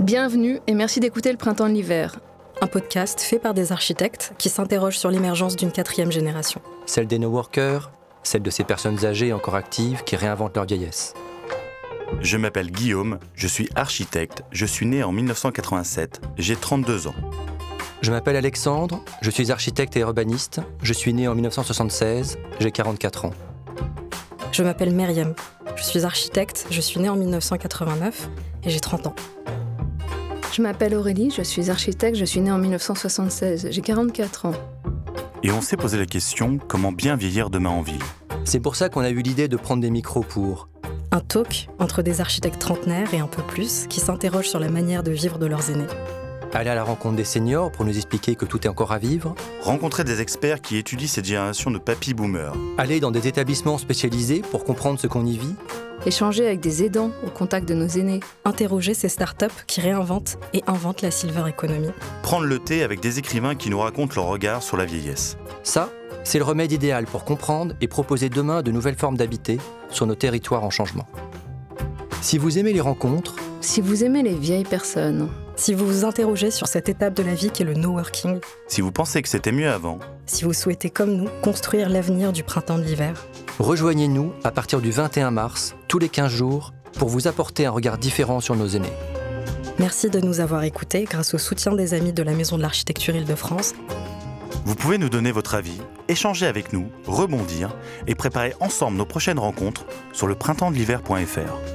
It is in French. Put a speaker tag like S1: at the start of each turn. S1: Bienvenue et merci d'écouter le Printemps de l'hiver.
S2: Un podcast fait par des architectes qui s'interrogent sur l'émergence d'une quatrième génération.
S3: Celle des no-workers, celle de ces personnes âgées et encore actives qui réinventent leur vieillesse.
S4: Je m'appelle Guillaume, je suis architecte, je suis né en 1987, j'ai 32 ans.
S3: Je m'appelle Alexandre, je suis architecte et urbaniste, je suis né en 1976, j'ai 44 ans.
S2: Je m'appelle Myriam, je suis architecte, je suis né en 1989 et j'ai 30 ans.
S1: Je m'appelle Aurélie, je suis architecte, je suis née en 1976, j'ai 44 ans.
S4: Et on s'est posé la question comment bien vieillir demain en ville.
S3: C'est pour ça qu'on a eu l'idée de prendre des micros pour
S2: Un talk entre des architectes trentenaires et un peu plus qui s'interrogent sur la manière de vivre de leurs aînés.
S3: aller à la rencontre des seniors pour nous expliquer que tout est encore à vivre,
S4: Rencontrer des experts qui étudient cette génération de papy boomers.
S3: aller dans des établissements spécialisés pour comprendre ce qu'on y vit,
S1: Échanger avec des aidants au contact de nos aînés.
S2: Interroger ces startups qui réinventent et inventent la silver economy.
S4: Prendre le thé avec des écrivains qui nous racontent leur regard sur la vieillesse.
S3: ça, c'est le remède idéal pour comprendre et proposer demain de nouvelles formes d'habiter sur nos territoires en changement. Si vous aimez les rencontres,
S1: Si vous aimez les vieilles personnes,
S2: Si vous vous interrogez sur cette étape de la vie qu'est le no working,
S4: Si vous pensez que c'était mieux avant,
S2: si vous souhaitez comme nous construire l'avenir du printemps de l'hiver,
S3: rejoignez-nous à partir du 21 mars, tous les 15 jours, pour vous apporter un regard différent sur nos aînés.
S2: merci de nous avoir écoutés grâce au soutien des amis de la Maison de l'Architecture Île-de-France
S4: vous pouvez nous donner votre avis, échanger avec nous, rebondir et préparer ensemble nos prochaines rencontres sur le printemps de l'hiver.fr.